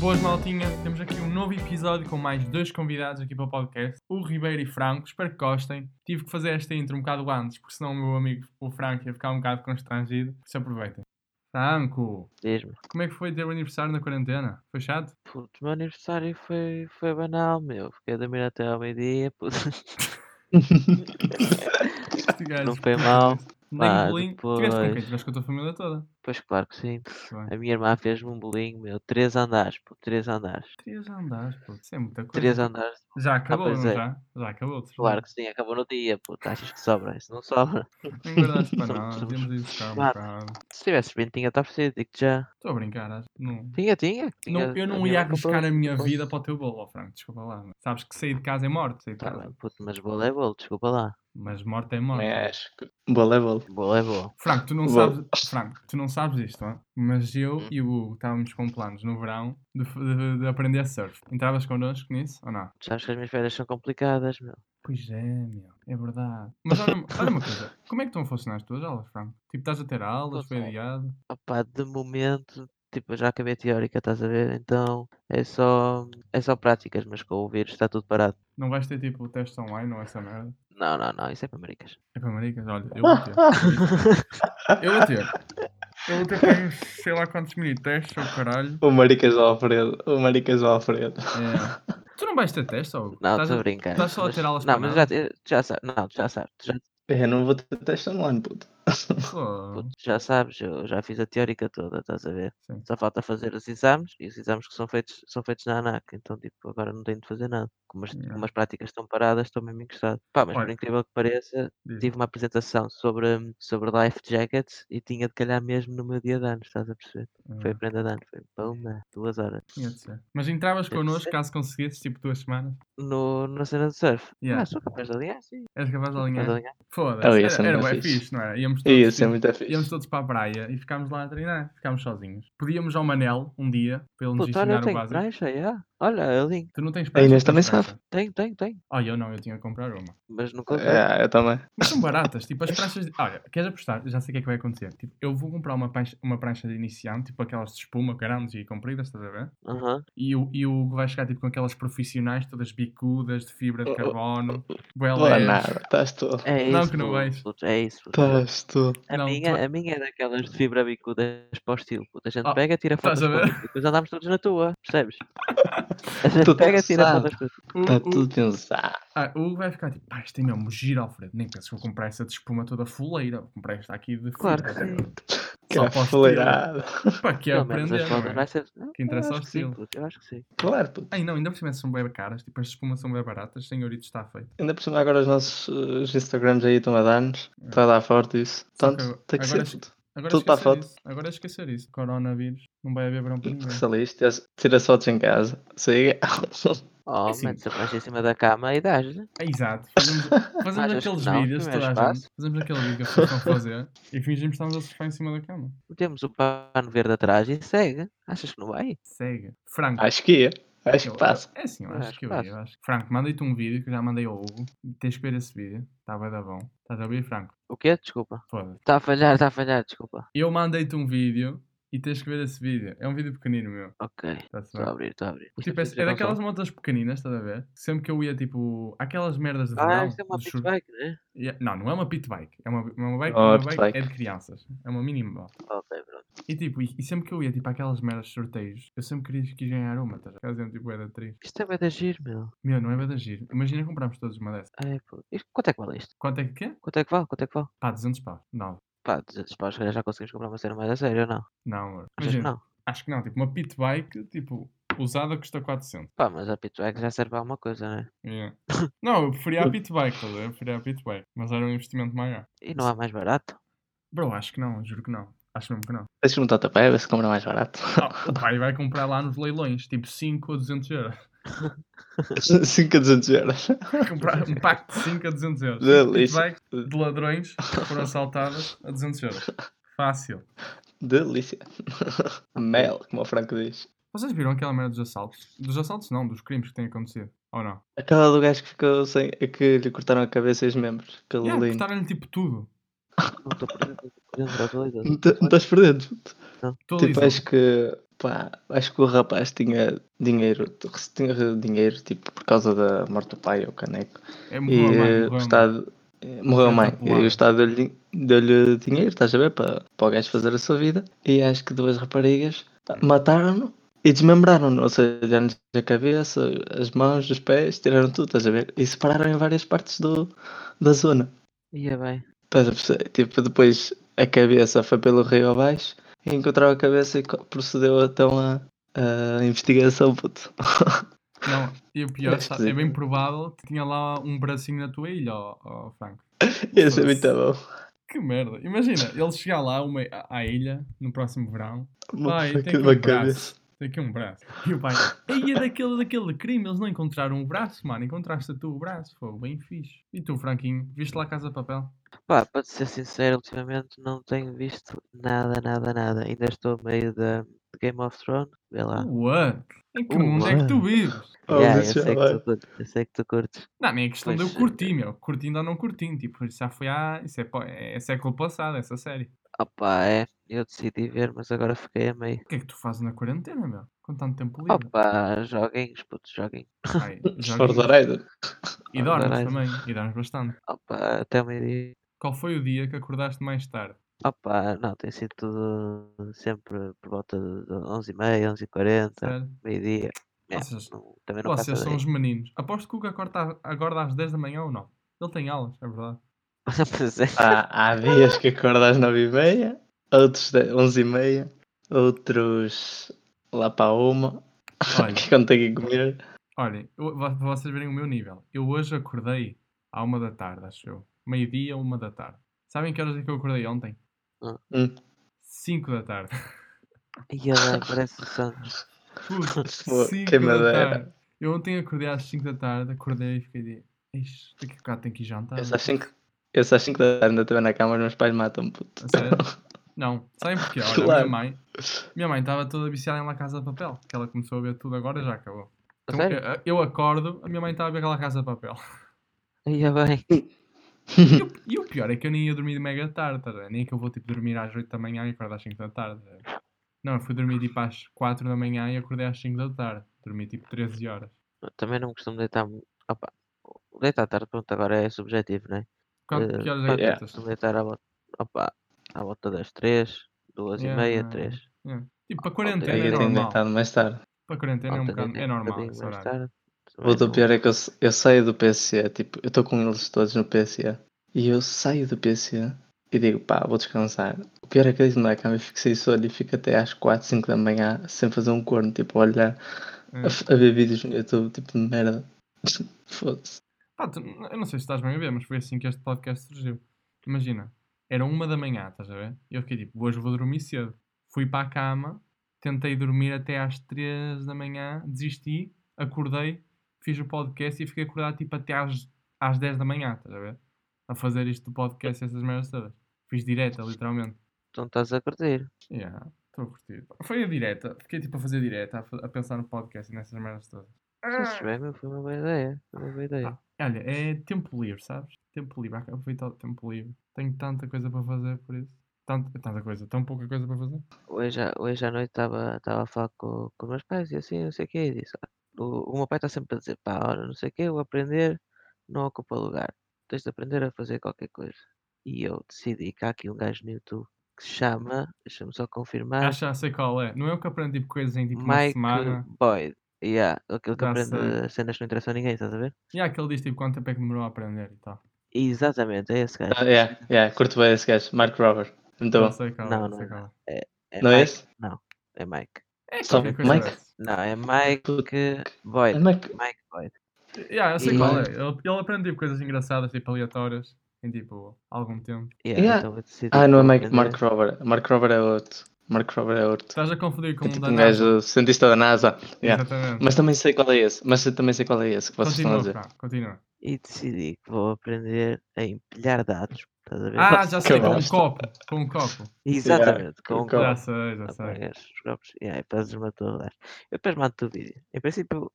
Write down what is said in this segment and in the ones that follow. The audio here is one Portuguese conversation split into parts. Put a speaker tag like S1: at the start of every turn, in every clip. S1: Boas, maltinha. Temos aqui um novo episódio com mais dois convidados aqui para o podcast, o Ribeiro e Franco. Espero que gostem. Tive que fazer esta intro um bocado antes, porque senão o meu amigo, o Franco, ia ficar um bocado constrangido. Por isso aproveitem. Franco,
S2: Diz-me.
S1: como é que foi ter o aniversário na quarentena? Foi chato?
S2: Puto, o meu aniversário foi, foi banal, meu. Fiquei a dormir até ao meio-dia, puto.
S1: Este gajo.
S2: Não foi mal.
S1: Nem
S2: Pá,
S1: bullying. Tiveste com quem?
S2: depois. É.
S1: Tiveste com a tua família toda.
S2: Pois claro que sim.
S1: Bem.
S2: A minha irmã fez-me um bolinho, meu. Três andares, puto. Três andares.
S1: Três andares, pô. Isso é muita coisa.
S2: Três andares.
S1: Já acabou,
S2: pois
S1: não
S2: é.
S1: já? Já acabou. de
S2: Claro que sim. Acabou no dia, puto. Achas que sobra? Isso não sobra.
S1: certeza. Não guardaste para
S2: Somos-
S1: nada.
S2: somos
S1: Temos de ir buscar um
S2: quatro.
S1: bocado.
S2: Se tivesse bem, tinha estar oferecido. Digo-te já.
S1: Estou a brincar, acho. Não.
S2: Tinha, tinha.
S1: Não,
S2: tinha-
S1: eu
S2: a
S1: não
S2: minha
S1: ia
S2: irmã comprou.
S1: arriscar a minha
S2: comprou.
S1: vida para o teu bolo, ó Franco, desculpa lá. mano. Sabes que sair de casa é morte, sair de
S2: Tá
S1: casa.
S2: bem, puto. Mas bolo é bolo. Desculpa lá.
S1: Mas morte é morte.
S3: Mas bolo é bolo.
S2: Bolo é bolo.
S1: Franco, tu não
S3: Bolo.
S1: sabes, Franco, tu não sabes isto, não é? mas eu
S2: Hum.
S1: e o Hugo estávamos com planos no verão de, f- de- de aprender a surf. Entravas connosco nisso ou não?
S2: Tu sabes que as minhas férias são complicadas, meu.
S1: Pois é, meu, é verdade. Mas olha, olha uma coisa, como é que estão a funcionar as tuas aulas, Franco? Tipo, estás a ter aulas, foi
S2: Funciona.
S1: adiado?
S2: Opá, de momento, tipo, eu já acabei a teórica, estás a ver? Então é só, é só práticas, mas com o vírus está tudo parado.
S1: Não vais ter tipo testes online ou essa merda?
S2: Não, não, não, isso é para maricas.
S1: É para maricas, olha, eu vou ter. Eu vou ter. Eu vou ter tenho sei lá quantos mini testes, ou caralho.
S3: O Maricas do Alfredo. O Maricas do Alfredo.
S1: É. Tu não vais ter testes, ou?
S2: Não,
S1: Estás
S2: estou
S1: a-
S2: a brincar.
S1: estás só a ter aulas
S2: Não,
S1: para
S2: mas já,
S1: nada?
S2: te- tu já sabes, não, tu já sabes, tu já,
S3: Eu não vou ter teste online, puto.
S1: Pô,
S2: puto, tu já sabes, eu já fiz a teórica toda, estás a ver?
S1: Uhum. Sim.
S2: Só falta fazer os exames e os exames que são feitos são feitos na ANAC, então tipo, agora não tenho de fazer nada. Como as,
S1: Yeah.
S2: como as práticas estão paradas, estou mesmo encostado. Pá, mas por
S1: Olha.
S2: incrível que pareça,
S1: diz.
S2: tive uma apresentação sobre, sobre life jackets e tinha de calhar mesmo no meu dia de anos, estás a perceber?
S3: tipo,
S2: Foi
S1: Ah,
S2: prenda de anos, foi para uma, duas horas.
S1: tinha de ser. Mas entravas
S2: Tinha de
S1: connosco
S2: ser.
S1: caso conseguisses, tipo duas semanas.
S2: No, na cena do surf.
S1: Yeah.
S2: Ah, sou capaz de alinhar, sim.
S1: Eras capaz de
S2: sou capaz de
S1: alinhar?
S2: alinhar.
S3: Oh, ia
S1: Foda-se.
S3: ser
S1: Era, era
S3: muito
S1: bué
S3: fixe.
S1: fixe, não era? Íamos todos,
S3: Ia ser
S1: tipo,
S3: muito fixe.
S1: íamos todos para a praia e ficámos lá a treinar. Ficámos sozinhos. Podíamos ao Manel um dia, para ele nos
S2: Puta, olha, eu
S1: ensinar o
S2: tenho
S1: básico.
S2: prancha, yeah. Olha, alinho.
S1: Tu não tens
S3: A Inês
S1: prancha,
S3: também
S1: tens prancha?
S2: Tenho, tenho, tenho.
S1: Ah, eu não, eu tinha que comprar uma.
S2: Mas nunca usei.
S3: É, eu também.
S1: Mas são baratas, tipo as pranchas. de- Olha, queres apostar? Eu Já sei o que é que vai acontecer. Tipo, eu vou comprar uma prancha, uma prancha de iniciante, tipo aquelas de espuma, grandes e compridas, estás a ver?
S2: Aham.
S1: E o, e o Hugo vai chegar tipo com aquelas profissionais, todas bicudas, de fibra de
S3: Oh, oh,
S1: carbono, bué
S3: Não é
S1: leves.
S3: nada. Estás tu.
S2: É isso.
S1: Não, que não
S2: puto,
S1: vais.
S2: puto, É isso. puto.
S3: Estás tu.
S2: A,
S1: Não, tu
S2: minha,
S1: vai-
S2: a minha é daquelas de fibra bicudas para o estilo. Puto. A gente
S1: Ah,
S2: pega, tira
S1: estás
S2: fotos
S1: a ver?
S2: contigo, depois andamos todos na tua, percebes? A gente
S3: Tudo
S2: pega, tira
S3: pensado.
S2: fotos contigo.
S1: O-
S3: Está
S1: o-
S3: Tá tudo um pensado.
S1: ah, o Hugo vai ficar tipo, pá, isto é mesmo giro, Alfredo. Nem penses que vou comprar essa de espuma toda fuleira. Vou comprar esta aqui de
S2: Claro que
S1: fibra. tá
S2: sim. é
S3: Que
S1: Só
S3: era
S1: posso
S3: fuleirado.
S1: Pá, que é
S2: Pelo menos
S1: aprender.
S2: as
S1: não
S2: fotos
S1: é?
S2: vai ser. Não,
S1: Que interessa
S2: eu
S1: ao
S2: acho que sim,
S1: estilo. É
S2: puto, Eu acho que sim.
S3: Claro, puto.
S1: Ai não, ainda por cima são bem caras. Tipo, as de espuma são bem baratas. Senhorito está feito.
S3: Ainda por cima agora os nossos uh, os Instagrams aí estão a dar-nos. Está a dar forte isso.
S1: Só que
S3: Portanto,
S1: agora-
S3: tem
S1: agora
S3: que ser.
S1: acho-
S3: puto.
S1: Agora
S3: Tudo para a
S1: esquecer
S3: foto.
S1: isso. Agora esquecer isso. Coronavírus. Não vai haver verão para ninguém.
S3: Que saliste, tira fotos em casa. Siga.
S2: Oh,
S1: assim-
S2: metes a prancha em cima da cama né? e dás-lhe.
S1: É, Exato. Fazemos, fazemos
S2: Achas que
S1: aqueles
S2: não?
S1: vídeos,
S2: Não é
S1: toda a
S2: espaço?
S1: gente. Fazemos aquele vídeo que as pessoas estão a fazer e fingimos que estamos a surfar em cima da cama.
S2: Metemos o pano verde atrás e segue. Achas que não vai?
S1: Segue. Franco.
S3: Acho que ia. Acho
S1: eu-
S3: que passa.
S1: É sim, eu
S2: Eu
S1: acho,
S2: acho
S1: que eu
S2: que
S1: ia.
S2: passa.
S1: eu acho que- Franco, mandei-te um vídeo que eu já mandei ao Hugo. Tens que ver esse vídeo. Está bem da bom. Estás a ouvir, Franco?
S2: O quê? Desculpa.
S1: Foda-se.
S2: Está a falhar, está a falhar, desculpa.
S1: Eu mandei-te um vídeo e tens que ver esse vídeo. É um vídeo pequenino meu.
S2: Ok,
S1: Está-se
S2: estou a
S1: bem?
S2: abrir, estou a abrir. Isto
S1: Tipo, é,
S2: preciso
S1: é
S2: de
S1: daquelas
S2: console.
S1: motas pequeninas, estás a ver? Sempre que eu ia, tipo, aquelas merdas de um verão.
S2: Ah, isto é uma
S1: dos
S2: pit
S1: sur-
S2: bike, né?
S1: Yeah, Não, não é uma pit bike. É uma, uma bike,
S3: Oh,
S1: uma
S3: pit
S1: bike,
S3: bike.
S1: é de crianças. É uma mini moto.
S2: Ok, pronto.
S1: E tipo, e, e sempre que eu ia tipo àquelas merdas de sorteios, eu sempre queria quis ganhar uma, estás a ver? Fazendo tipo era triste.
S2: Isto é bem de giro, meu.
S1: Meu, não é bem de giro. Imagina comprarmos todos uma dessa.
S2: Ai, pô. Isto- Quanto é que vale isto?
S1: Quanto é que é?
S2: Quanto é que vale? Quanto é que vale?
S1: Pá, 200 pau. Não.
S2: Pá, 200 paus, se calhar já conseguimos comprar uma cena mais a sério, ou não?
S1: Não, amor.
S2: Achas que
S1: Imagina,
S2: não?
S1: Acho que não. Tipo, uma pit bike, tipo, usada custa 400.
S2: Pá, mas a pit bike já serve para alguma coisa, né?
S1: Yeah. não, eu preferia a pit bike, estás a ver? Eu preferia a pit bike. Mas era um investimento maior.
S2: E não há mais barato?
S1: Bro, acho que não, juro que não. Acho mesmo que não.
S3: Deixa-me um totapé, ver se compra mais barato.
S2: Tá.
S1: Ah, o pai vai comprar lá nos leilões, tipo 5 a 200 euros.
S3: 5 a 200 euros.
S1: Vai comprar um pack de 5 a 200 euros. Pit
S3: Delícia.
S1: bike de ladrões que foram assaltadas a 200 euros. Fácil.
S3: Delícia. Mel, como o Franco diz.
S1: Vocês viram aquela merda dos assaltos? Dos assaltos não, dos crimes que têm acontecido. Ou não?
S3: Aquela do gajo que ficou sem. que lhe cortaram a cabeça e os membros. Aquele
S1: Yeah,
S3: lindo.
S1: cortaram-lhe tipo tudo.
S2: Não estou por dentro, não estou por dentro, atualiza-me.
S3: Não te- não estás perdendo.
S1: Todo
S3: Tipo,
S1: liso.
S3: acho que Pá, acho que o rapaz tinha dinheiro, tinha dinheiro tipo por causa da morte do pai, o caneco.
S1: É
S3: E
S1: muito
S3: eh,
S1: bom,
S3: o Estado. eh, Morreu a mãe. E
S1: atropelado.
S3: o Estado deu-lhe deu dinheiro, estás a ver? Para, para o gajo fazer a sua vida. E acho que duas raparigas pá, mataram-no e desmembraram-no. Ou seja, deram-lhe a cabeça, as mãos, os pés, tiraram tudo, estás a ver? E separaram em várias partes do, da zona.
S2: Ia bem.
S3: Estás a perceber? Tipo, depois a cabeça foi pelo rio abaixo e encontrou a cabeça e co- procedeu então a, a investigação, puto.
S1: Não, e o pior,
S3: É
S1: sa- é
S3: esquisito.
S1: bem provável que tinha lá um bracinho na tua ilha, ó, ó, Franco.
S3: Isso é muito bom.
S1: Que merda. Imagina, ele chegar lá uma, à ilha no próximo verão, Ai,
S3: Foi
S1: tem
S3: aquilo
S1: aqui um
S3: na cabeça.
S1: tem aqui um braço. E o pai, e é daquele, daquele crime, eles não encontraram o braço, mano. Encontraste tu o braço, foi bem fixe. E tu, Franquinho, viste lá a Casa de Papel?
S2: Pá, para te ser sincero, ultimamente não tenho visto nada, nada, nada. Ainda estou a meio da de Game of Thrones. Vê lá.
S1: What? Em que
S2: Uh,
S1: mundo é que tu vives?
S3: Oh,
S2: Yeah, eu,
S3: Luís, já
S2: sei que
S3: vai.
S2: tu, curtes, eu sei que tu curtes.
S1: Não, nem é questão de eu
S2: Pois,
S1: curtir, meu. Curtindo ou não curtindo. Tipo, isso já foi há. Isso é, pó- é século passado, essa série.
S2: Opa, é. Eu decidi ver, mas agora fiquei a meio.
S1: O que é que tu fazes na quarentena, meu? Com tanto tempo livre.
S2: Opa, joguinhos, putos, joguinhos.
S1: Ai, joga
S3: Forza Horizon.
S1: E dormes
S2: Adorei.
S1: também. E dormes bastante.
S2: Opa, até meio dia.
S1: Qual foi o dia que acordaste mais tarde?
S2: Opa, não, tem sido tudo sempre por volta de 11h30, 11h40,
S1: Sério?
S2: meio-dia. É,
S1: Vocês-
S2: não- também não passa
S1: Vocês são
S2: daí.
S1: os meninos. Aposto que o Cuca acorda, acorda às 10 da manhã ou não? Ele tem aulas, é verdade.
S2: Pois é.
S3: Há, há dias que acordo às 9h30, outros de- 11h30, outros lá para uma,
S1: Olha.
S3: que eu não tenho que comer.
S1: Olhem, eu- vo- para vocês verem o meu nível. Eu hoje acordei à uma da tarde, acho eu. Meio-dia, uma da tarde. Sabem que horas é que eu acordei ontem?
S3: Hum.
S1: 5 da tarde.
S2: Ia bem, parece o Santos.
S1: Puta,
S3: Pô,
S1: 5
S3: que
S1: da
S3: madeira.
S1: tarde. Eu ontem acordei às 5 da tarde, acordei e fiquei de. Ixi, daqui a bocado tenho que ir jantar.
S3: Eu
S1: não
S3: só
S1: é?"
S3: 5 eu só cinco da tarde ainda estive na cama, os meus pais matam-me, puto.
S1: A sério? Não, sabem porquê? Olha, a minha
S3: Claro.
S1: mãe minha mãe estava toda viciada em La Casa de Papel, que ela começou a ver tudo agora e já acabou.
S2: A
S1: Então,
S2: sério?
S1: eu, eu acordo, a minha mãe estava a ver La Casa de Papel.
S2: Ia bem.
S1: E o, e o pior é que eu nem ia dormir de mega tarde, tá a ver? nem é que eu vou tipo dormir às 8 da manhã e acordo às 5 da tarde. tá a ver? Não, eu fui dormir tipo às 4 da manhã e acordei às 5 da tarde. Dormi tipo 13 horas.
S2: Eu Também não costumo deitar. mu- Opa, o deitar tarde, pronto, agora é subjetivo, né?
S1: Quanto,
S2: Eh,
S1: que horas é que
S2: quanto
S3: yeah.
S1: deitas?
S2: costumo deitar à volta, opa, à volta das 3, 2
S1: Yeah,
S2: e meia,
S1: yeah,
S2: 3.
S1: Tipo, para
S2: Ontem-
S1: quarentena
S3: Aí
S1: é
S3: eu tenho
S1: normal.
S3: deitado mais tarde.
S1: Para quarentena é um
S2: Ontem
S1: bocado, é
S2: deitei um
S1: normal
S2: bocadinho
S1: esse
S2: mais
S1: horário.
S2: tarde, também
S3: Puto, O
S2: não-
S3: pior é que eu, s- eu saio do PSA, tipo, eu estou com eles todos no PSA. E eu saio do PSA e digo, pá, vou descansar. O pior é que eu deito-me na cama e fico sem sono e fico até às 4, 5 da manhã sem fazer um corno, tipo, a olhar
S1: É.
S3: a, f- a ver vídeos no YouTube, tipo de merda. Foda-se.
S1: Pá, tu- eu não sei se estás bem a ver, mas foi assim que este podcast surgiu. Imagina, era uma da manhã, estás a ver? E eu fiquei tipo, hoje vou dormir cedo. Fui para a cama, tentei dormir até às 3 da manhã, desisti, acordei, fiz o podcast e fiquei acordado tipo até às, às 10 da manhã, estás a ver? A fazer isto do podcast e essas merdas todas. Fiz direta, literalmente.
S2: Tu não Então estás a curtir.
S1: Yeah, estou a curtir. Foi a direta, fiquei tipo a fazer direta, a, fa- a pensar no podcast e nessas merdas todas.
S2: Fizeste bem, meu, foi uma boa ideia. Foi uma boa ideia.
S1: Pá, olha, é tempo livre, sabes? Tempo livre, aproveitar o tempo livre. Tenho tanta coisa para fazer por isso. Tant- tanta coisa, tão pouca coisa para fazer.
S2: Hoje, à- hoje à noite estava estava a falar com, com meus pais e assim, não sei o quê, e disse, "Ah, o, o meu pai está sempre a dizer, pá, olha, não sei o quê, o aprender não ocupa lugar. Tens de aprender a fazer qualquer coisa. E eu decidi que há aqui um gajo no YouTube que se chama, deixa-me só
S3: Ah.
S2: confirmar,
S1: Acho que já sei qual é. Não é o que aprendo tipo coisas em tipo uma
S2: Mike
S1: semana.
S2: Boyd. Yeah, aquele que
S1: Já
S2: aprende
S1: sei.
S2: as cenas que não interessam a ninguém, estás a ver?
S1: E há aquele diz tipo quanto tempo é que demorou a aprender e tal.
S2: Exatamente, é esse gajo.
S3: Ah, yeah, yeah, curto bem esse gajo, Mark Robert. Muito
S1: Não
S3: bom.
S1: sei qual é,
S2: Não,
S1: não
S2: não,
S1: sei
S2: não.
S1: qual é.
S2: É
S3: Não é
S2: Mike,
S3: esse?
S2: é Mike.
S1: É
S3: Só
S1: qualquer coisa
S3: Mike?
S1: dessa.
S2: Não, é Mike
S3: Puto.
S2: Boyd.
S3: Como é que-
S2: Mike Boyd.
S1: Yeah, eu sei
S2: E-
S1: qual é. Ele, ele aprende tipo coisas engraçadas, tipo aleatórias, em tipo algum tempo.
S2: Yeah,
S3: Yeah.
S2: então eu decidi
S3: Ah,
S2: que
S3: não é
S2: vou
S3: Mike,
S2: aprender.
S3: Mark Robert. Mark Robert é outro. Mark Robert é outro.
S1: Estás a confundir com
S3: É
S1: um
S3: tipo
S1: da
S3: um
S1: NASA.
S3: gajo cientista da NASA. Yeah.
S1: Exatamente.
S3: Mas também sei qual é esse. Mas eu também sei qual é esse que vocês
S1: continua,
S3: estão a dizer.
S1: Fran, continua.
S2: E decidi que vou aprender a empilhar dados. Estás a ver?
S1: Ah, já sei, com um
S3: bosta.
S1: copo. Com um copo.
S2: Exatamente, com
S3: com
S2: um
S3: Então,
S1: Já
S2: copo.
S1: sei, já sei.
S2: Apagas os copos e aí fazes uma tua dados. Eu depois mando-te o vídeo. Em princípio,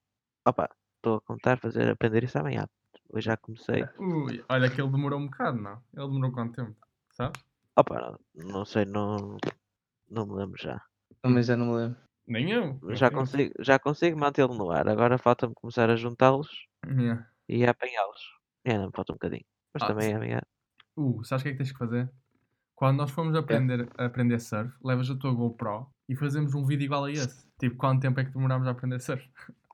S2: opa, estou a contar fazer aprender isso amanhã. Hoje já comecei.
S1: Ui, olha que ele demorou um bocado, não? Ele demorou quanto tempo? Sabe?
S2: Opa, não, não sei, não, não me lembro já.
S3: Também já não me lembro.
S1: Nem eu. eu
S2: Já
S1: tenho-
S2: consigo, já consigo mantê-lo no ar. Agora falta-me começar a juntá-los
S1: Yeah.
S2: e a apanhá-los. É, não, falta um bocadinho. Mas
S1: Ah,
S2: também amanhã.
S1: Uh, sabes o que é que tens que fazer? Quando nós formos aprender, a aprender surf, levas a tua GoPro e fazemos um vídeo igual a esse. Tipo, quanto tempo é que demorámos a aprender surf?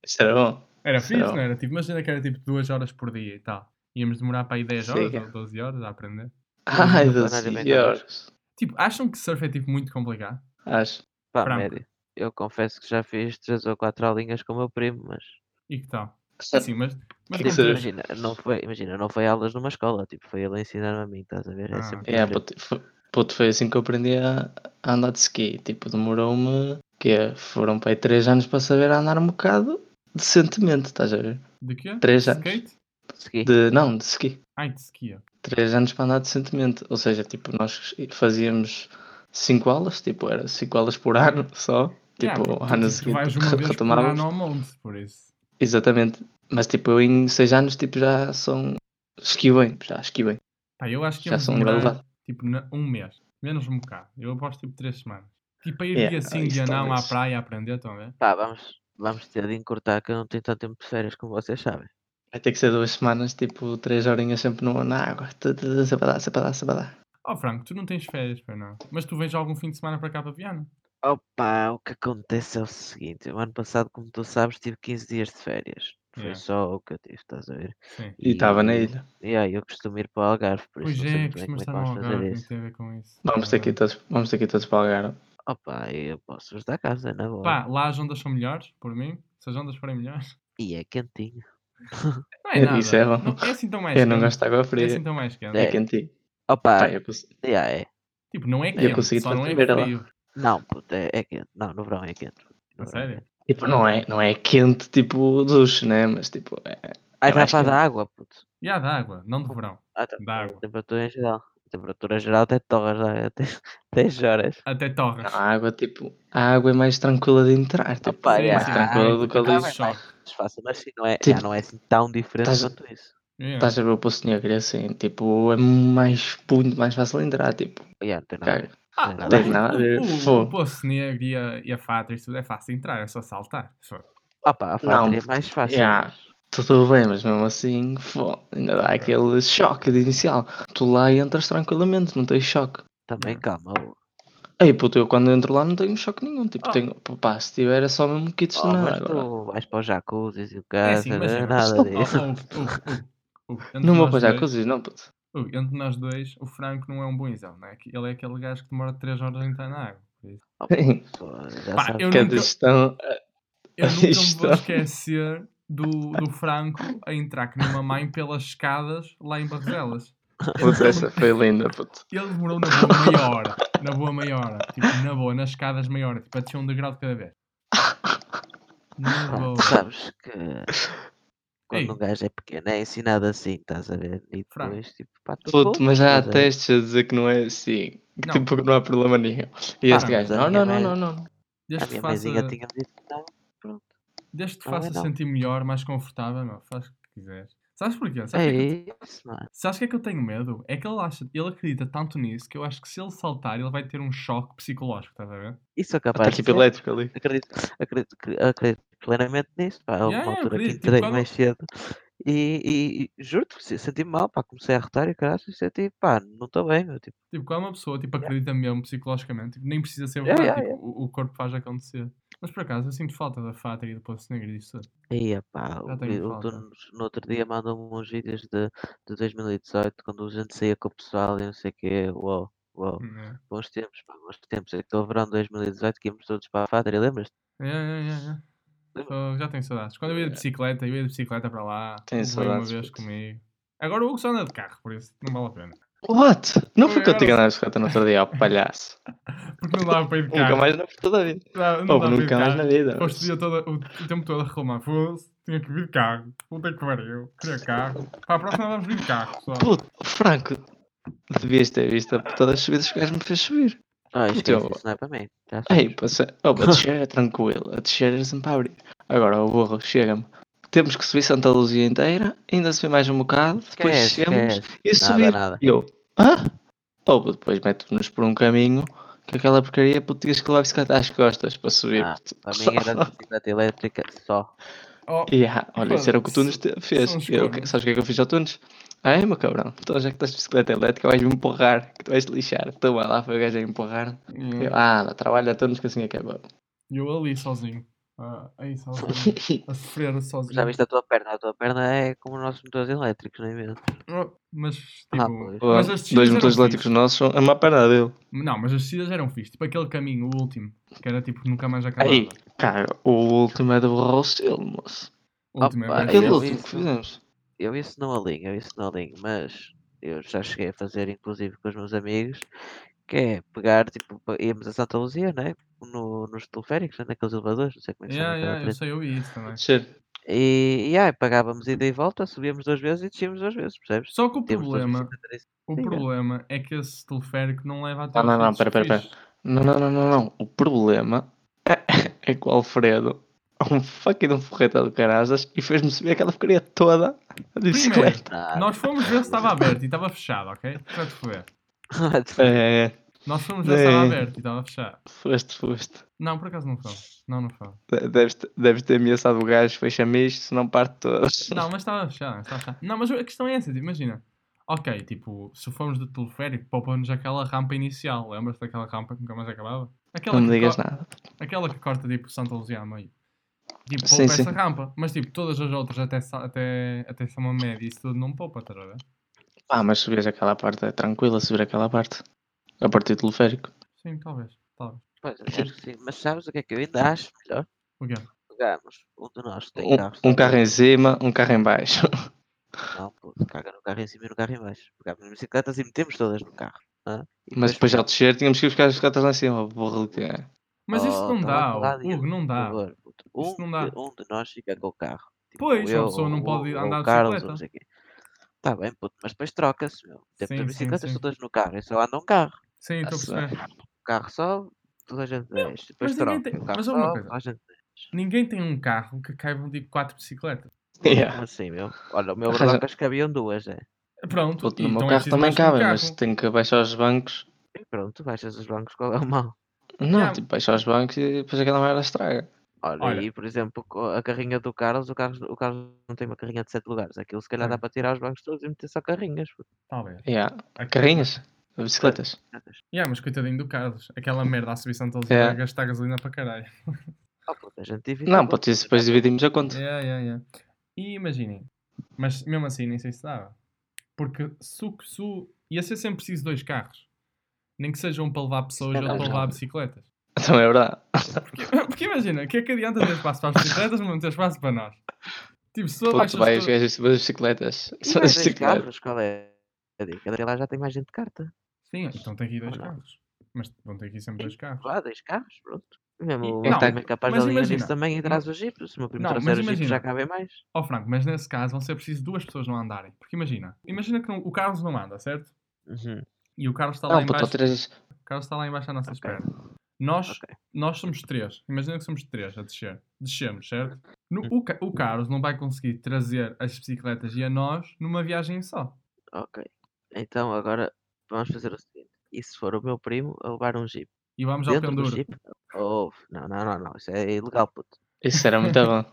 S3: Isto era bom.
S1: Era fixe,
S3: Será?
S1: não era? Tipo, imagina que era tipo 2 horas por dia e tal. Íamos demorar para aí 10 horas
S3: Chega.
S1: ou 12 horas a aprender.
S3: Ai,
S2: não foi
S3: 12
S2: nada bem
S3: horas.
S1: Tipo, acham que surf é tipo muito complicado?
S3: Acho.
S2: Pá,
S1: Franco.
S2: médio. Eu confesso que já fiz três ou quatro aulinhas com o meu primo, mas
S1: E que tal? Assim, mas. mas
S3: Que
S1: como tu-
S3: surf.
S2: Tipo, imagina, não foi, imagina, não foi aulas numa escola, tipo, foi ele a ensinar-me a mim, estás a ver? É
S1: Ah.
S2: sempre
S3: É,
S2: diferente.
S3: puto, fo- puto, foi assim que eu aprendi a, a andar de ski. Tipo, demorou-me. Que é, foram para aí 3 anos para saber andar um bocado decentemente, estás a ver?
S1: De quê?
S3: Três
S1: De
S3: anos.
S1: Skate?
S2: Segui.
S3: De, não, de ski.
S1: Ai, de ski. ó.
S3: 3 anos para andar decentemente. Ou seja, tipo, nós fazíamos 5 aulas, tipo, era 5 aulas por ano só.
S1: Yeah,
S3: Tipo,
S1: porque tu,
S3: ano
S1: tipo, tu vais
S3: seguinte
S1: uma vez por
S3: retomávamos.
S1: ano ao monte, por isso.
S3: Exatamente. Mas tipo, eu em 6 anos tipo, já são. Esqui bem, já esqui bem.
S1: Pá, eu acho que é
S3: Já
S1: íamos
S3: são
S1: demorar
S3: relevante.
S1: tipo na- um mês. Menos um bocado. Eu aposto tipo 3 semanas. Tipo, a ir
S3: Yeah,
S1: dia sim,
S3: isso
S1: dia não à
S3: talvez.
S1: praia a aprender, estão a ver?
S2: Pá, vamos, vamos ter de encurtar que eu não tenho tanto tempo de férias como vocês sabem.
S3: Vai ter que ser 2 semanas, tipo, 3 horinhas sempre no, na água. Tu, tu, tu, Sempre a dar, sempre a dar, sempre a dar.
S1: Oh, Franco, tu não tens férias, para não. Mas tu vens algum fim de semana para cá para Viana?
S2: Opa, o que acontece é o seguinte, o ano passado, como tu sabes, tive 15 dias de férias. Foi
S1: Yeah.
S2: só o que eu tive, estás a ver?
S1: Sim.
S3: E estava na
S2: E-
S3: ilha.
S2: E aí, eu costumo ir para o Algarve, por
S1: Pois
S2: isso não sei
S1: é,
S2: muito bem como
S1: costumas
S2: é
S1: estar
S2: que
S1: no
S2: vamos fazer
S1: Algarve, não
S2: isso.
S1: tem a ver com isso.
S3: Vamos ter que ir todos, vamos ter que ir todos para o Algarve.
S2: Opa, eu posso vos dar casa, na boa.
S1: Pá, lá as ondas são melhores, por mim. Se as ondas forem melhores.
S2: E é quentinho.
S1: Não é
S3: É,
S1: nada.
S3: isso é bom.
S1: Não, é assim tão mais
S3: Eu não
S1: quente.
S3: gosto de água
S1: É
S3: fria.
S1: assim tão mais quente.
S3: É
S2: É.
S3: quente.
S2: Opa,
S3: Pá, eu consigo.
S2: yeah, é.
S1: Tipo, não é
S3: Eu
S1: quente,
S3: consegui
S1: só não é
S3: transcrever lá.
S1: frio.
S2: Não, puto, é, é quente. Não, no verão é quente.
S1: A
S2: No verão é
S1: sério?
S2: quente.
S3: Tipo, não é, não é quente, tipo, duche, né? Mas tipo, é,
S2: Ai,
S3: Eu
S2: vai
S3: acho
S2: falar
S3: que-
S2: da água, puto.
S1: E há de água, não de verão.
S2: Ah, tá.
S1: Da água.
S2: Temperatura em geral. Temperatura geral até torres, lá, até 10 horas.
S1: Até torres.
S3: A água, tipo, a água é mais tranquila de entrar, tipo,
S2: Opa,
S1: sim,
S2: é,
S3: mais
S1: sim.
S3: tranquila
S1: Ah,
S3: do que
S1: é
S3: ali.
S1: verdade. choque.
S2: mais fácil, mas sim, não é, já
S3: Tipo,
S2: não é assim tão diferente
S3: estás-
S2: quanto isso.
S1: Yeah.
S3: Estás a ver o Poço Negro, é assim, tipo, é mais, muito mais fácil de entrar, tipo,
S2: Yeah, não tem nada a
S3: cara,
S2: ver.
S1: Ah,
S2: Não,
S3: tem nada a ver,
S1: o- O, o
S3: fogo.
S1: Poço Negro e a, e a Fatra, isso tudo é fácil de entrar, é só saltar. Só.
S2: Opa, a fábrica é
S3: puto,
S2: mais fácil.
S3: yeah. tudo bem, mas mesmo assim, fô, ainda dá aquele choque de inicial. Tu lá entras tranquilamente, não tens choque.
S2: Também, calma. o-
S3: Aí, puto, eu quando entro lá não tenho choque nenhum, tipo,
S1: Oh.
S3: tenho, pá, se tiver é só mesmo kits de
S2: Oh,
S3: nada
S2: mas
S3: agora.
S2: tu vais para os jacuzzis e o
S3: Ah,
S1: É
S2: caso,
S1: assim, imagina.
S2: nada
S1: oh,
S2: disso.
S3: Não vou para
S1: para
S3: jacuzzi, não, puto.
S1: oh, Entre nós dois, o Franco não é um bom exemplo, não é? Que Ele é aquele gajo que demora 3 horas a entrar na água. Por isso.
S2: Oh, pô, já
S1: Pá,
S2: sabes.
S1: eu
S3: Que a
S1: nunca-
S3: digestão,
S1: Eu nunca me
S3: Isto.
S1: vou esquecer do, do Franco a entrar que nem uma mãe pelas escadas lá em Barcelas.
S3: puto, essa foi linda, puto.
S1: Ele demorou na boa meia hora. Na boa meia hora. Tipo, na boa, nas escadas meia hora. Tipo, a descer um degrau de cada vez. Na
S2: Pá,
S1: boa.
S3: Tá,
S2: tu sabes que quando
S1: Ei.
S2: um gajo é pequeno é ensinado assim, estás a ver? E
S1: Franco.
S2: depois, tipo, pá, tu
S3: Puto, mas já há
S2: estás a ver?
S3: testes a dizer que não é assim. Que
S1: Não.
S3: tipo, que não há problema nenhum. E este
S1: Ah,
S3: gajo,
S2: mas a
S3: não,
S2: minha
S3: não, não,
S2: mãe-
S3: não, não.
S1: Desde
S2: A
S1: que faça,
S2: minha mãezinha tinha dito que não.
S1: desde que te
S2: Não é
S1: faça
S2: não.
S1: sentir melhor, mais confortável, meu, faz o que quiseres. Sabes porquê? Sabes o que é que eu-
S2: É isso, mano.
S1: sabes o que é que eu tenho medo? É que ele acha, ele acredita tanto nisso que eu acho que se ele saltar, ele vai ter um choque psicológico, estás a ver?
S2: Isso é
S3: Está
S2: capaz de
S3: tipo
S2: ser.
S3: elétrico ali.
S2: Acredito, acredito, que- acredito plenamente nisso. Pá. Houve
S1: Yeah,
S2: uma
S1: yeah,
S2: altura que
S1: acredito, tipo,
S2: entrei
S1: quando-
S2: mais cedo e, e- e juro-te, se- senti-me mal, pá, comecei a rotar e caralho, senti, pá, não estou bem, meu, tipo,
S1: Tipo, quando uma pessoa tipo, acredita mesmo psicologicamente, tipo, nem precisa ser
S2: Yeah,
S1: verdade,
S2: yeah,
S1: tipo, o, o corpo faz acontecer. Mas por acaso, eu sinto falta da Fata e do Poço Negro e disso tudo.
S2: Ia, pá, o,
S1: tenho
S2: vi- o
S1: falta.
S2: dono no outro dia mandou-me uns vídeos de, de 2018, quando a gente saía com o pessoal e não sei o quê, uau, uau,
S1: Yeah.
S2: bons tempos, pá, bons tempos, aquele verão de 2018 que íamos todos para a Fadri, lembras-te?
S1: Yeah, yeah, yeah, yeah. Oh, já tenho saudades. Quando eu ia de bicicleta, eu ia de bicicleta para lá.
S3: Tenho
S1: o Hugo veio uma
S3: saudades,
S1: vez
S3: puto.
S1: comigo. Agora o Hugo só anda de carro, por isso não vale a pena.
S3: What? Não foi que eu te
S1: Agora-
S3: enganei a bicicleta no outro dia, ó palhaço.
S1: Porque não dava para ir de carro.
S3: Nunca mais na puta da vida.
S1: Não, não
S3: Ou
S1: dá para ir de
S3: nunca mais
S1: carro.
S3: na vida.
S1: Foste o, dia todo, o, o tempo todo a reclamar. Foda-se, tinha que vir de carro. Puta que pariu. Queria carro. Para a próxima vamos vir de carro, pessoal.
S3: Puto, Franco, devias ter visto a puta das subidas que o gajo me fez subir.
S2: Ah,
S3: Puto,
S2: esquece,
S3: eu-
S2: isso não é para mim, já
S3: Ei,
S2: sabes.
S3: passa. Oh, a descer é tranquilo, a descer é sempre a abrir. Agora, o burro, chega-me. Temos que subir Santa Luzia inteira, ainda subir mais um bocado, depois
S2: Esquece,
S3: chegamos
S2: esquece,
S3: e Oh,
S2: nada,
S3: subir.
S2: nada.
S3: E eu, hã? Ou depois mete-nos por um caminho que aquela porcaria puto, tinhas que levar a bicicleta às costas para subir.
S2: Ah,
S3: puto.
S2: Para
S3: Só-
S2: mim era de bicicleta elétrica só.
S1: Oh,
S3: Yeah, ah, olha, isso era o que o Tunes
S1: Foda-se.
S3: te- fez.
S1: São uns
S3: Eu,
S1: cornos.
S3: sabes o que é que eu fiz ao Tunes? Ah, é, meu cabrão. Então, já que estás de bicicleta elétrica, vais-me empurrar, que tu vais te lixar. Então, vai lá foi o gajo a empurrar. Eu,
S1: yeah.
S3: ah, não, trabalha Tunes, que assim é que é bom.
S1: E eu ali sozinho. Ah, aí sozinho. A sofrer sozinho.
S2: Já viste a tua perna? A tua perna é como os nossos motores elétricos, não é mesmo?
S1: Oh, Mas, tipo.
S2: Ah, pois.
S3: Bom,
S1: mas as descidas
S3: dois
S1: eram
S3: motores
S1: fixe.
S3: elétricos nossos são a má perna dele.
S1: Não, mas as descidas eram fixe. Tipo aquele caminho, o último. Que era tipo nunca mais acabava.
S3: Aí, cara, o último é do Rossel, moço.
S1: O último é
S2: Opa,
S1: era
S2: Aí,
S3: Aquele
S2: eu
S1: aquele.
S3: último
S2: vi
S3: que
S2: isso.
S3: fizemos.
S2: Eu isso não alinho, eu isso não alinho, mas eu já cheguei a fazer, inclusive com os meus amigos, que é pegar, tipo, pa- íamos a Santa Luzia, né? No, nos teleféricos, né? naqueles elevadores, não sei como é que se chama
S1: Yeah,
S2: aquela
S1: yeah, eu
S2: treta.
S1: sei, eu vi isso também.
S3: Descer.
S2: E, e aí, pagávamos ida e volta, subíamos duas vezes e descíamos duas vezes, percebes?
S1: Só que o
S2: Temos duas
S1: problema,
S2: bicicletas.
S1: o
S2: Sim, é.
S1: problema é que esse teleférico não leva até
S3: Ah,
S1: ao
S3: não, não,
S1: sítio
S3: pera, pera, pera.
S1: fixe.
S3: Não, não, não, não, não. O problema é que o Alfredo é um fucking um forreta do caraças e fez-me subir aquela porcaria toda de bicicleta.
S1: Primeiro,
S2: Ah,
S1: nós fomos ver se estava aberto e estava fechado, ok? Para te foder.
S2: vai te foder.
S3: É, é,
S1: Nós fomos ver se estava
S3: É.
S1: aberto e estava fechado.
S3: foste, foste.
S1: Não, por acaso não fomos. Não, não fomos.
S3: De- Deves, te- deves ter ameaçado o gajo, fecha-me isto, senão parte todo.
S1: Não, mas estava fechado, estava fechado. Não, mas a questão é essa, tipo, imagina. Ok, tipo, se formos do teleférico, poupa-nos aquela rampa inicial. Lembras-te daquela rampa que nunca mais acabava? Aquela
S3: Não me
S1: que
S3: digas
S1: co-
S3: nada.
S1: Aquela que corta, tipo, Santa Luzia a meio. Tipo, poupa
S3: Sim,
S1: essa
S3: sim.
S1: rampa. Mas, tipo, todas as outras, até, Sa- até, até Sama Média, isso tudo não poupa, estás a ver?
S3: Ah, mas subir aquela parte é tranquila, subir aquela parte. A partir do teleférico.
S1: Sim, talvez. Talvez.
S2: Pois, eu acho que sim. Mas sabes o que é que eu ainda acho melhor?
S1: O quê?
S2: Pegarmos um de nós que tem carros.
S3: Um, um carro em cima, um carro em baixo.
S2: Não, pô, caga no carro em cima e no carro em baixo. Pegámos nas bicicletas e metemos todas no carro. hã? E
S3: Mas depois ao descer tínhamos que ir buscar as bicicletas lá em cima, burro do que é.
S1: Mas isso
S2: Oh,
S1: não
S2: tá lá
S1: dá,
S2: colado,
S1: Hugo, não
S2: Por
S1: dá.
S2: favor, puto.
S1: Isso
S2: um,
S1: não dá.
S2: de- um de nós fica com o carro. Tipo,
S1: Pois, uma
S2: eu,
S1: pessoa não
S2: ou
S1: pode
S2: o-
S1: andar
S2: ou
S1: de
S2: o Carlos,
S1: bicicleta.
S2: ou não sei o quê. Tá bem, puto, mas depois troca-se, meu. Temos
S1: Sim,
S2: as
S1: sim,
S2: bicicletas
S1: sim.
S2: todas no carro, e só anda um carro.
S1: Sim, estou a
S3: Nossa.
S1: perceber.
S2: O carro só, toda a gente desce. Depois
S1: mas ninguém
S2: troca.
S1: tem-
S2: O carro
S1: mas houve uma
S2: só,
S1: coisa.
S2: toda a gente desce.
S1: Ninguém tem um carro que caibam tipo 4 bicicletas.
S3: Yeah.
S2: Como assim, meu? Olha, o meu
S3: Arranja-
S2: brocas cabiam duas, é.
S1: Pronto,
S3: Puto,
S1: e
S3: no meu
S1: então é
S3: carro
S1: preciso
S3: também
S1: mais que um
S3: cabe,
S1: carro.
S3: mas tenho que baixar os bancos.
S2: E pronto, baixas os bancos, qual é o mal?
S3: Não,
S1: Yeah.
S3: tipo, baixar os bancos e depois aquela merda estraga.
S2: Olha,
S1: Olha.
S2: e por exemplo, co- a carrinha do Carlos, o Carlos, o Carlos não tem uma carrinha de sete lugares. Aquilo se calhar dá
S1: Olha.
S2: para tirar os bancos todos e meter só carrinhas. puto.
S1: Talvez.
S3: Yeah. Carrinhas, bicicletas.
S1: Yeah, mas coitadinho do Carlos. Aquela merda a subir Santa Luzia
S3: Yeah.
S1: vai gastar gasolina para caralho.
S2: Ah, puto, a gente divide
S3: Não,
S2: a
S3: pode
S2: conta,
S3: ser, depois
S2: já
S3: dividimos a conta.
S1: Yeah, yeah, yeah. E imaginem. Mas mesmo assim nem sei se dava. Porque se, o- se o- ia ser sempre preciso dois carros. Nem que sejam para levar pessoas
S2: é
S1: ou para
S2: verdade.
S1: levar bicicletas.
S3: Também é verdade.
S1: Porque, porque imagina, o que é que adianta ter espaço para as bicicletas, mas não ter espaço para nós? Tipo, se tu
S3: Puto,
S1: abaixas
S3: vai os
S1: tu-
S3: gajos em cima das bicicletas.
S2: E
S3: Só
S2: mais
S3: as
S2: dois
S3: bicicletas.
S2: carros, qual é? a dica? Daí lá já tem mais gente de carta.
S1: Sim, então tem que ir dois
S2: Olha.
S1: carros. Mas vão ter que ir sempre dois carros.
S2: Vá, dois carros, pronto. Mesmo
S1: E-
S2: o
S1: não,
S2: meu primo é capaz de
S1: mas
S2: alinhar
S1: imagina,
S2: isso também e traz o Jeep. Se o meu primo
S1: não,
S2: trouxer
S1: mas
S2: o Jeep já
S1: imagina.
S2: cabem mais.
S1: Ó Franco, mas nesse caso vão ser preciso duas pessoas não andarem. Porque imagina, imagina que não- o Carlos não anda, certo?
S2: Uhum.
S1: E o Carlos está Tá lá
S3: Não, puto,
S1: embaixo.
S3: ou três.
S1: O Carlos está lá embaixo à nossa
S2: Ok.
S1: espera. Nós,
S2: Ok.
S1: nós somos três. Imagina que somos três a descer. Descemos, certo? No- o, Ca- o Carlos não vai conseguir trazer as bicicletas e a nós numa viagem só.
S2: Ok. Então agora vamos fazer o seguinte. E se for o meu primo a levar um Jeep?
S1: E vamos ao
S2: Dentro do
S1: penduro.
S2: Jeep? Oh, não, não, não, não. Isso é ilegal, puto.
S3: Isso era muito bom.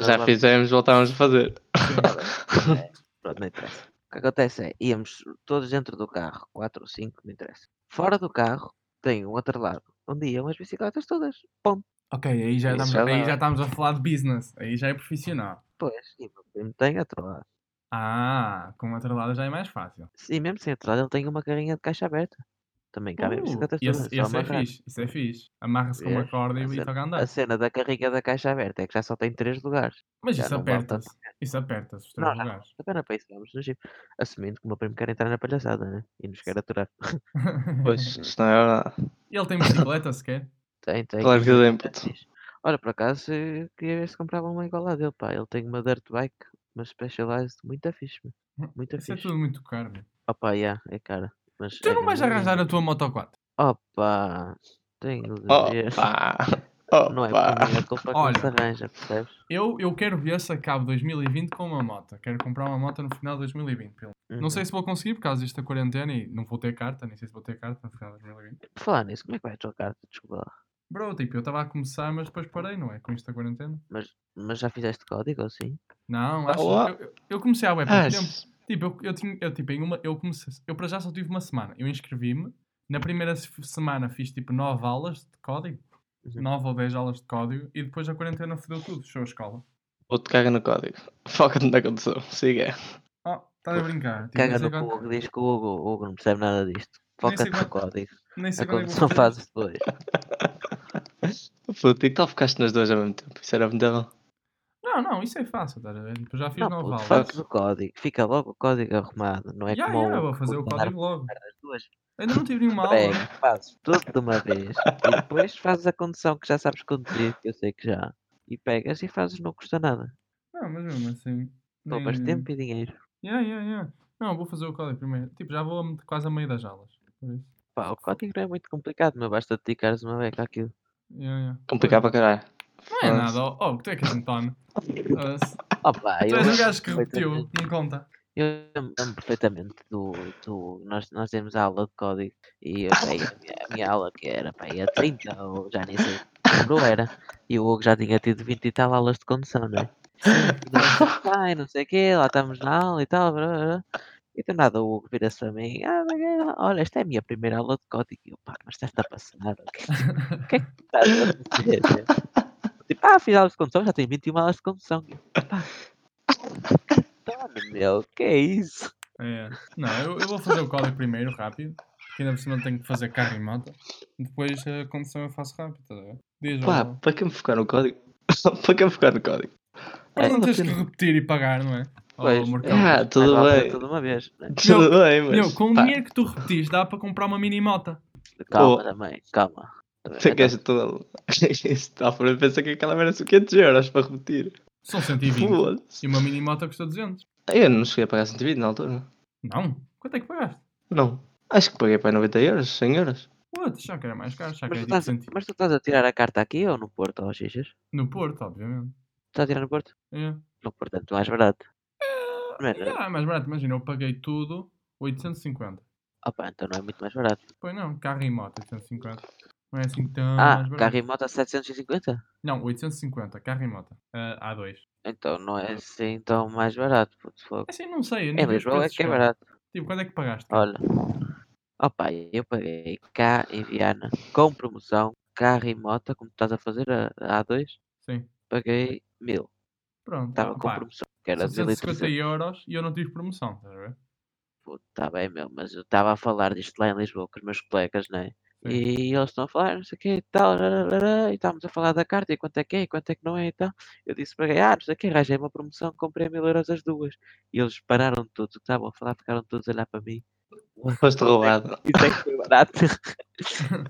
S3: Já fizemos, voltámos a fazer.
S2: É, pronto, não interessa. O que acontece é, íamos todos dentro do carro, 4 ou 5, não interessa. Fora do carro, tem um outro lado, onde iam as bicicletas todas. Ponto.
S1: Ok, aí já,
S3: Isso
S1: estamos,
S3: já dá.
S1: aí já estamos a falar de business. Aí já é profissional.
S2: Pois, e o meu primo tem outro lado.
S1: Ah, com uma trelada já é mais fácil.
S2: Sim, mesmo sem outro lado, ele tem uma carrinha de caixa aberta. Também cabem
S1: Uh,
S2: bicicletas todas.
S1: esse,
S2: só
S1: esse é
S2: amarrar.
S1: fixe, é? isso é fixe. Amarra-se com uma
S2: Vês?
S1: corda e,
S2: Vai
S1: e
S2: ser-
S1: toca a andar.
S2: A cena da carrinha da caixa aberta é que já só tem 3 lugares.
S1: Mas
S2: já
S1: isso
S2: não vale
S1: aperta-se. Isso aperta-se os
S2: Não,
S1: três
S2: não.
S1: lugares.
S2: A pena para isso, vamos no Jeep. Assumindo que o meu primo quer entrar na palhaçada, né? E nos quer aturar.
S3: Pois, isto não é verdade.
S1: Ele tem bicicleta sequer.
S2: Tem, tem.
S3: Claro que
S2: isso é
S3: tem,
S2: muito
S3: puto.
S2: fixe. Olha, por acaso, eh, queria ver se comprava uma igual à dele, pá. Ele tem uma dirt bike, uma Specialized, muito fixe, meu. Muito
S1: Isso é
S2: fixe.
S1: tudo muito caro. meu.
S2: Opa, yeah, é cara. Mas
S1: Tu
S2: era
S1: não vais arranjar a
S2: muito-
S1: tua Moto 4.
S2: Opa, tenho de ver.
S3: Opa!
S2: Não é por mim,
S3: Opa!
S2: é culpa que
S1: Olha.
S2: não se arranja, percebes?
S1: Eu, eu quero ver se acabo 2020 com uma moto. Quero comprar uma moto no final de 2020. pelo- Não
S2: Uhum.
S1: sei se vou conseguir por causa desta quarentena e não vou ter carta, nem sei se vou ter carta no final de 2020.
S2: Por falar nisso, como é que vai a tua carta? Desculpa lá.
S1: Bro, tipo, eu estava a começar, mas depois parei, não é? Com esta quarentena.
S2: Mas, mas já fizeste código ou assim?
S1: Não, acho
S3: Olá.
S1: eu, eu- eu comecei
S3: Ah,
S1: há web há pouco tempo.
S3: Acho.
S1: Tipo, eu, eu, tinha, eu, tipo, em uma, eu comecei, eu para já só tive uma semana. Eu inscrevi-me, na primeira se- semana fiz tipo 9 aulas de código,
S2: Uhum.
S1: 9 ou 10 aulas de código, e depois a quarentena fodeu tudo, fechou a escola.
S3: Outro caga no código. Foca-te na condução. Siga.
S1: Oh, estás a brincar? Tipo,
S2: Caga
S1: nem sei
S2: no que o
S1: quando-
S2: Hugo diz que o Hugo, o Hugo não percebe nada disto.
S1: Nem
S2: Foca-te
S1: sei
S2: no
S1: quando-
S2: código.
S1: nem sei
S2: A
S1: quando é que vou
S2: condução
S1: fazer
S2: fazes depois.
S3: Puto, e que tal ficaste nas duas ao mesmo tempo? Isso era muito bom.
S1: Não, não, isso é fácil, estás a ver? Tipo, já fiz
S2: Não,
S1: 9
S2: puto,
S1: aulas.
S2: fazes o código. Fica logo o código arrumado. Não é
S1: Já,
S2: como
S1: já,
S2: o
S1: vou fazer o
S2: puto andar
S1: código logo.
S2: a as duas.
S1: Ainda não é? tive nenhuma aula.
S2: Pega, fazes tudo de uma vez. e depois fazes a condução que já sabes conduzir, que eu sei que já. E pegas e fazes, não custa nada.
S1: Não, mas mesmo assim.
S2: Poupas
S1: nem-
S2: tempo e dinheiro.
S1: Yeah, yeah, yeah. Não, vou fazer o código primeiro. Tipo, já vou a met- quase a meio das aulas. Por isso.
S2: Pá, o código não é muito complicado, mas basta dedicares uma beca àquilo.
S1: Yeah, yeah.
S3: Complicado para caralho.
S1: Não é nada. Oh, oh, tu é que és um tono. Ah, se-
S2: Opa,
S1: Tu
S2: eu
S1: és um
S2: lembro
S1: gajo que repetiu,
S2: perfeitamente-
S1: não conta.
S2: Eu lembro perfeitamente do. do nós, nós temos a aula de código e eu, pá, e a, minha, a minha aula que era pá, aí a 30 ou já nem sei quando era. E o Hugo já tinha tido 20 e tal aulas de condução, não é? E nós, Ai, não sei o quê, lá estamos na aula e tal. Blá, blá, blá. E do nada o Hugo vira-se para mim: ah, Miguel, olha, esta é a minha primeira aula de código. E eu, pá, mas estás-te a passar. O que o que é que tu estás a fazer? Tipo, ah, fiz aulas de condução, já tenho 21 aulas de condução. E eu, "Pá, tá, meu, que é isso?
S1: É. Não, eu, eu vou fazer o código primeiro, rápido. Que ainda por cima tenho que fazer carro e moto. Depois a condução eu faço rápido, estás a ver? Diz,
S3: Pá,
S1: Gonçalo.
S3: para que me focar no código? para que me focar no código?
S1: Mas não
S3: vale a
S1: tens que
S3: pena.
S1: repetir e pagar, não é? Oh,
S2: é Pois, é,
S1: Marcão.
S3: Ah,
S2: Mas
S3: tudo
S2: vale
S3: bem.
S2: Tudo uma vez. né?
S3: Tudo bem, mas.
S1: Meu, com o
S3: pá,
S1: dinheiro que tu repetiste, dá para comprar uma mini moto.
S2: Calma
S3: Oh.
S2: também, calma. Também,
S3: Tu é que
S2: então,
S3: és todo. Está por aí pensar que aquela merda são 500 euros para repetir.
S1: São 120.
S3: Foda-se.
S1: E uma mini moto custa 200.
S3: Eu não cheguei a pagar 120 na altura.
S1: Não? Quanto é que pagaste?
S3: Não. Acho que paguei para 90 euros, 100 euros.
S1: Putz, já que era mais caro, já que
S2: Mas tá
S1: era
S2: tu,
S1: tipo
S2: estás,
S1: 100.
S2: mas tu estás a tirar a carta aqui ou no Porto, ó Xixas?
S1: No Porto, obviamente.
S2: Estás a tirar no Porto?
S1: É.
S2: No Porto é muito mais barato. Primeiro,
S1: Ah, é mais barato, imagina, eu paguei tudo 850.
S2: opa, então não é muito mais barato.
S1: Pois não, carro e moto 850. Não é assim tão mais
S2: Ah,
S1: barato.
S2: carro e moto a 750?
S1: Não, 850, carro e moto. Ah, A2.
S2: Então não é assim tão mais barato, puto fogo.
S1: Assim, não sei. Eu não
S2: Em Lisboa é que é barato. Ah.
S1: Tipo, quando é que pagaste?
S2: Olha. Opa, eu paguei cá em Viana com promoção, carro e moto, como estás a fazer a, a A2,
S1: Sim.
S2: paguei mil.
S1: Pronto.
S2: Estava
S1: opá,
S2: com promoção, que era
S1: 750
S2: 1.300.
S1: euros e eu não tive promoção, estás a ver?
S2: Está tá bem, meu, mas eu estava a falar disto lá em Lisboa com os meus colegas, né?
S1: Sim.
S2: E eles estão a falar, não sei o que e tal, rararara, e estávamos a falar da carta e quanto é que é e quanto é que não é e tal. Eu disse para ganhar, ah, não sei o que, arranjei uma promoção, comprei mil euros as duas. E eles pararam todos, o que estavam a falar, ficaram todos a olhar para mim.
S3: Foste roubado.
S2: Isso é que foi barato.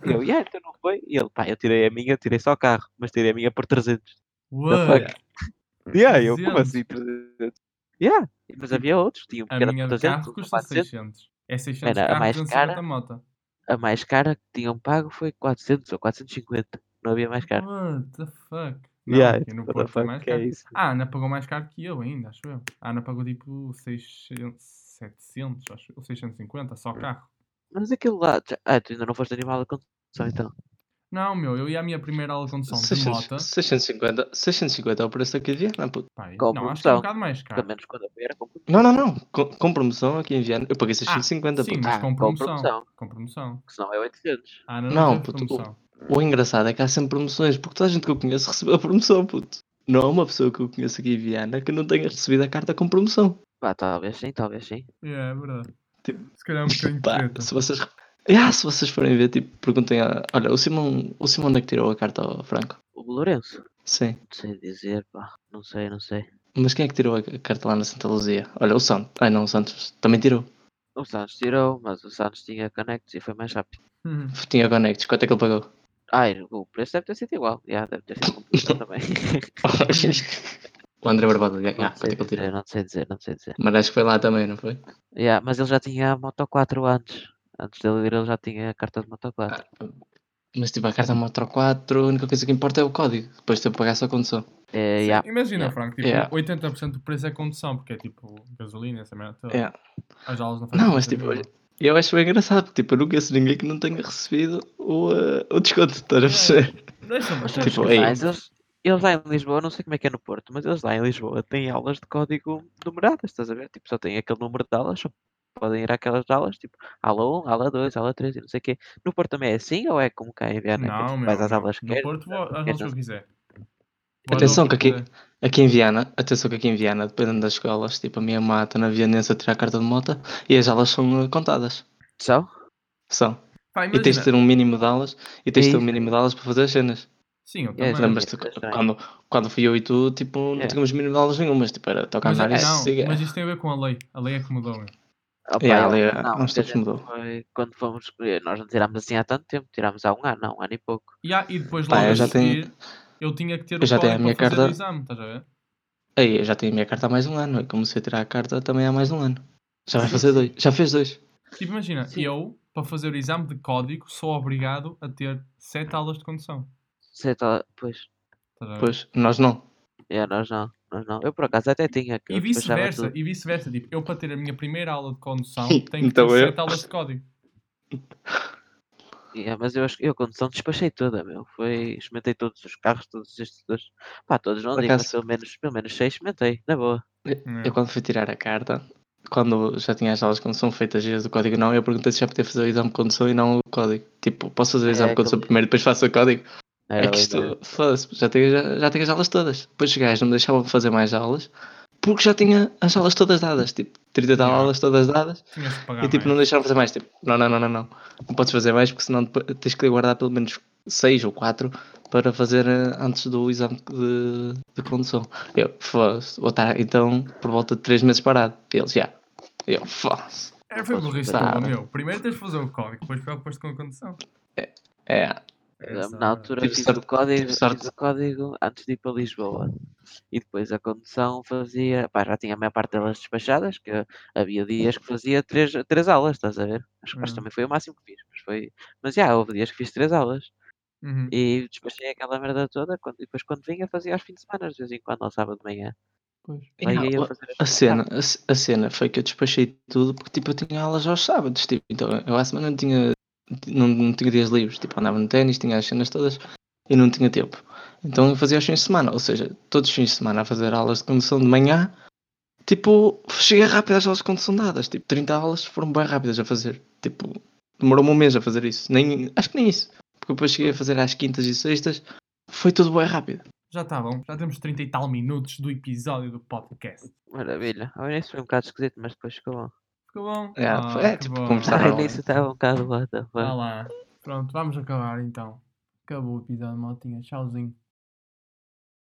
S2: e eu, yeah, então não foi? E ele, pá, eu tirei a minha, eu tirei só o carro, mas tirei a minha por 300.
S1: What? Hum,
S2: Yeah, eu, como
S1: 300?
S2: assim 300? Yeah, mas havia outros, tinha um
S1: A
S2: que era
S1: minha
S2: por
S1: de
S2: 300,
S1: carro
S2: um por
S1: custa
S2: 400.
S1: 600. É 600
S2: Era a
S1: carro,
S2: mais
S1: 250
S2: cara.
S1: moto.
S2: a mais cara que tinham pago foi 400 ou 450. Não havia mais cara.
S1: What the fuck? Não,
S2: Yeah,
S1: aqui no
S2: what the
S1: Porto é
S2: fuck,
S1: mais
S2: que é
S1: caro.
S2: isso?
S1: A Ana pagou mais caro que eu ainda, acho eu. A Ana pagou tipo 600, 700, acho eu, 650,
S2: Hum.
S1: só carro.
S2: Mas aquilo lá. já- Ah, tu ainda não foste animal a condução então.
S1: Não, meu, eu ia à minha primeira aula de condução de
S3: 600
S1: moto.
S3: 650, 650 é o preço aqui em Viena, puto.
S1: Pá, e-
S2: Com
S1: não, acho que é um
S2: promoção.
S1: bocado mais
S2: Pelo
S1: caro.
S2: menos quando eu fui era com promoção.
S3: Não, não, não. Com, com promoção aqui em Viena. Eu paguei 650,
S1: Sim,
S3: puto.
S1: mas
S2: Ah,
S1: com
S2: com
S1: promoção.
S2: promoção.
S1: Com promoção.
S2: que senão é 800.
S1: A Ana não,
S3: Não,
S1: teve
S3: puto,
S1: promoção.
S3: O engraçado é que há sempre promoções, porque toda a gente que eu conheço recebeu a promoção, puto. Não há uma pessoa que eu conheço aqui em Viana que não tenha recebido a carta com promoção.
S2: Pá, talvez sim, talvez sim.
S1: Yeah, é verdade.
S3: Tipo,
S1: Se calhar é um bocadinho
S3: Pá,
S1: treta.
S3: se vocês. Ah, se vocês forem ver, tipo, perguntem a. Olha, o Simão, o Simão onde é que tirou a carta ao Franco?
S2: O Lourenço.
S3: Sim.
S2: Não sei dizer, pá. Não sei, não sei.
S3: Mas quem é que tirou a carta lá na Santa Luzia? Olha, o Santos. Ai não, o Santos também tirou.
S2: O Santos tirou, mas o Santos tinha connects e foi mais rápido.
S1: Hum.
S3: Tinha Connects, quanto é que ele pagou?
S2: Ai, o preço deve ter sido igual. Já, deve ter sido com promoção também.
S3: o André Barbosa,
S2: não,
S3: ah, quanto é
S2: sei
S3: que ele tirou?
S2: dizer, não sei dizer, não sei dizer.
S3: Mas acho que foi lá também, não foi?
S2: Já, mas ele já tinha a Moto 4 antes. Antes dele ir, ele já tinha a carta de Moto 4.
S3: Mas tipo, a carta Motor 4, a única coisa que importa é o código. Depois de eu pagar só a condução.
S2: É,
S1: Ah, Sim,
S2: já.
S1: Imagina,
S2: Yeah.
S1: Franco, tipo,
S3: Yeah.
S1: 80% do preço é condução, porque é tipo gasolina, essa merda toda.
S3: Yeah.
S1: As aulas não fazem
S3: Não, mas
S1: sentido
S3: tipo,
S1: nenhum.
S3: olha, eu acho bem engraçado, tipo, eu não conheço ninguém que não tenha recebido o, eh, o desconto, estás a perceber?
S1: Deixa-me.
S2: Mas
S1: deixa-me.
S2: sabes
S3: Tipo,
S2: que os
S3: é
S2: Lions, eles, eles lá em Lisboa, não sei como é que é no Porto, mas eles lá em Lisboa têm aulas de código numeradas, estás a ver? Tipo, só tem aquele número de aulas, só podem ir àquelas aulas, tipo, aula 1, aula 2, aula 3 e não sei o quê. No Porto também é assim ou é como cá em Viana? que,
S1: Não,
S2: tipo,
S1: meu.
S2: vais às
S1: não.
S2: aulas que
S1: no
S2: queres,
S1: Porto vou
S2: não
S1: às aulas
S2: queres,
S1: que
S2: não
S1: eu quiser. Vou às
S3: é Atenção
S1: aulas
S3: que aqui-
S1: quiser.
S3: Aqui em Viana, atenção que aqui em Viana, dependendo das escolas, tipo, a minha mãe está na Vianense a tirar a carta de moto e as aulas são eh, contadas.
S2: Só?
S3: São.
S1: Pá,
S3: E tens
S1: imagina.
S3: de ter um mínimo de aulas e tens de ter um
S2: Isso.
S3: mínimo de aulas para fazer as cenas.
S1: Sim, eu
S2: É,
S1: também.
S2: já-
S3: Lembras-te
S2: é estranho.
S3: quando, quando fui eu e tu, tipo, não
S2: É.
S3: tínhamos mínimo de aulas nenhumas, tipo, era tocar
S1: Mas,
S3: andar e
S1: é- não,
S3: siga.
S1: mas isso tem a ver com a lei. A lei é que mudou. meu.
S2: Ah, pá,
S3: É,
S2: eu-
S3: ali, eh,
S2: não,
S3: uns
S2: a
S3: tempos
S2: gente
S3: mudou.
S2: foi- quando fomos escolher, nós não tirámos assim há tanto tempo, tirámos há um ano, não, um ano e pouco.
S1: E, há- e depois
S3: Pá,
S1: logo
S3: eu
S1: a
S3: já tenho-
S1: seguir, eu tinha que ter o
S3: eu já tenho a
S1: código para
S3: minha
S1: fazer o
S3: carta.
S1: exame, estás a ver?
S3: Aí, eu já tenho a minha carta há mais de um ano, eu comecei a tirar a carta também há mais de um ano. Já vai
S2: Sim,
S3: fazer
S2: sim.
S3: dois, já fez dois.
S1: Tipo, imagina,
S2: Sim.
S1: eu, para fazer o exame de código, sou obrigado a ter 7 aulas de condução.
S2: Sei, tá, pois,
S1: Estás a ver?
S3: Pois, nós não.
S2: é, nós não, nós não. Eu por acaso até tinha que
S1: E
S2: eu despachava
S1: vice-versa,
S2: tudo.
S1: e vice-versa. Tipo, eu para ter a minha primeira aula de condução,
S3: Sim,
S1: tenho que
S3: então
S1: ter
S3: eu.
S1: 7 aulas de código.
S2: Yeah, é, mas eu acho que eu a condução despachei toda, meu. Foi, experimentei todos os carros, todos os estudos. Pá, todos não
S3: Por
S2: digo, mas
S3: acaso-
S2: pelo menos, pelo menos seis experimentei, na boa.
S1: É.
S3: Eu quando fui tirar a carta, quando já tinha as aulas de condução feitas e as do código não, eu perguntei se já podia fazer o exame de condução e não o código. Tipo, posso fazer o
S2: É,
S3: exame de condução
S2: aquele-
S3: primeiro e depois faço o código?
S2: Não
S3: É
S2: Era
S3: que
S2: ali,
S3: isto,
S2: não.
S3: foda-se, já tenho, já, já tenho as aulas todas. Depois os gajos não me deixavam fazer mais aulas porque já tinha as aulas todas dadas, tipo, 30 tal
S1: Yeah.
S3: aulas todas dadas
S1: Tinhas que pagar é?
S3: e tipo, não
S1: mais.
S3: deixaram fazer mais. Tipo, não, não, não, não, não. Não podes fazer mais porque senão depois tens que guardar pelo menos 6 ou 4 para fazer eh, antes do exame de, de condução. Eu, foda-se, vou estar então por volta de 3 meses parado. Eles já. Eu, foda-se.
S1: É, foi
S2: Podes
S1: burrice
S3: pagar.
S1: toda, meu. Primeiro tens de fazer o código, depois preocupas-te com a condução.
S3: É,
S1: Essa
S2: Na altura
S3: Tive
S2: fiz,
S3: sorte,
S2: o código,
S3: tive sorte.
S2: fiz o código antes de ir para Lisboa. E depois a condução fazia. Pá, já tinha a maior parte delas despachadas, que havia dias que fazia três, três aulas, estás a ver? Acho que acho que
S1: Hum.
S2: também foi o máximo que fiz. Mas, foi, mas já, houve dias que fiz três aulas.
S1: Uhum.
S2: E despachei aquela merda toda. Quando, e depois quando vinha, fazia aos fins de semana, de vez em quando, ao sábado de manhã.
S1: Pois. é
S3: E
S2: Lá
S3: não,
S2: ia eu
S3: a-
S2: fazer as
S3: a
S2: minhas
S3: cena, a, c- a cena foi que eu despachei tudo porque tipo, eu tinha aulas aos sábados, tipo, então eu à semana não tinha, não, não tinha dias livres, tipo, andava no ténis, tinha as cenas todas e não tinha tempo. Então eu fazia aos fins de semana, ou seja, todos os fins de semana a fazer aulas de condução de manhã, tipo, cheguei rápido às aulas de condução dadas, tipo, 30 aulas foram bem rápidas a fazer, tipo, demorou-me um mês a fazer isso, nem, acho que nem isso, porque depois cheguei a fazer às quintas e sextas, foi tudo bem rápido.
S1: Já está bom, já temos 30 e tal minutos do episódio do podcast.
S2: Ah, Maravilha. Ao início foi um bocado esquisito, mas depois ficou bom.
S1: Ficou bom?
S3: É,
S1: Ah,
S3: é,
S1: que
S3: tipo,
S1: bom. Tá
S3: conversar Estava
S2: Ao
S3: bom.
S2: início estava um bocado what the fuck.
S1: Vá lá. Pronto, vamos acabar então. Acabou o episódio, maltinha. Tchauzinho.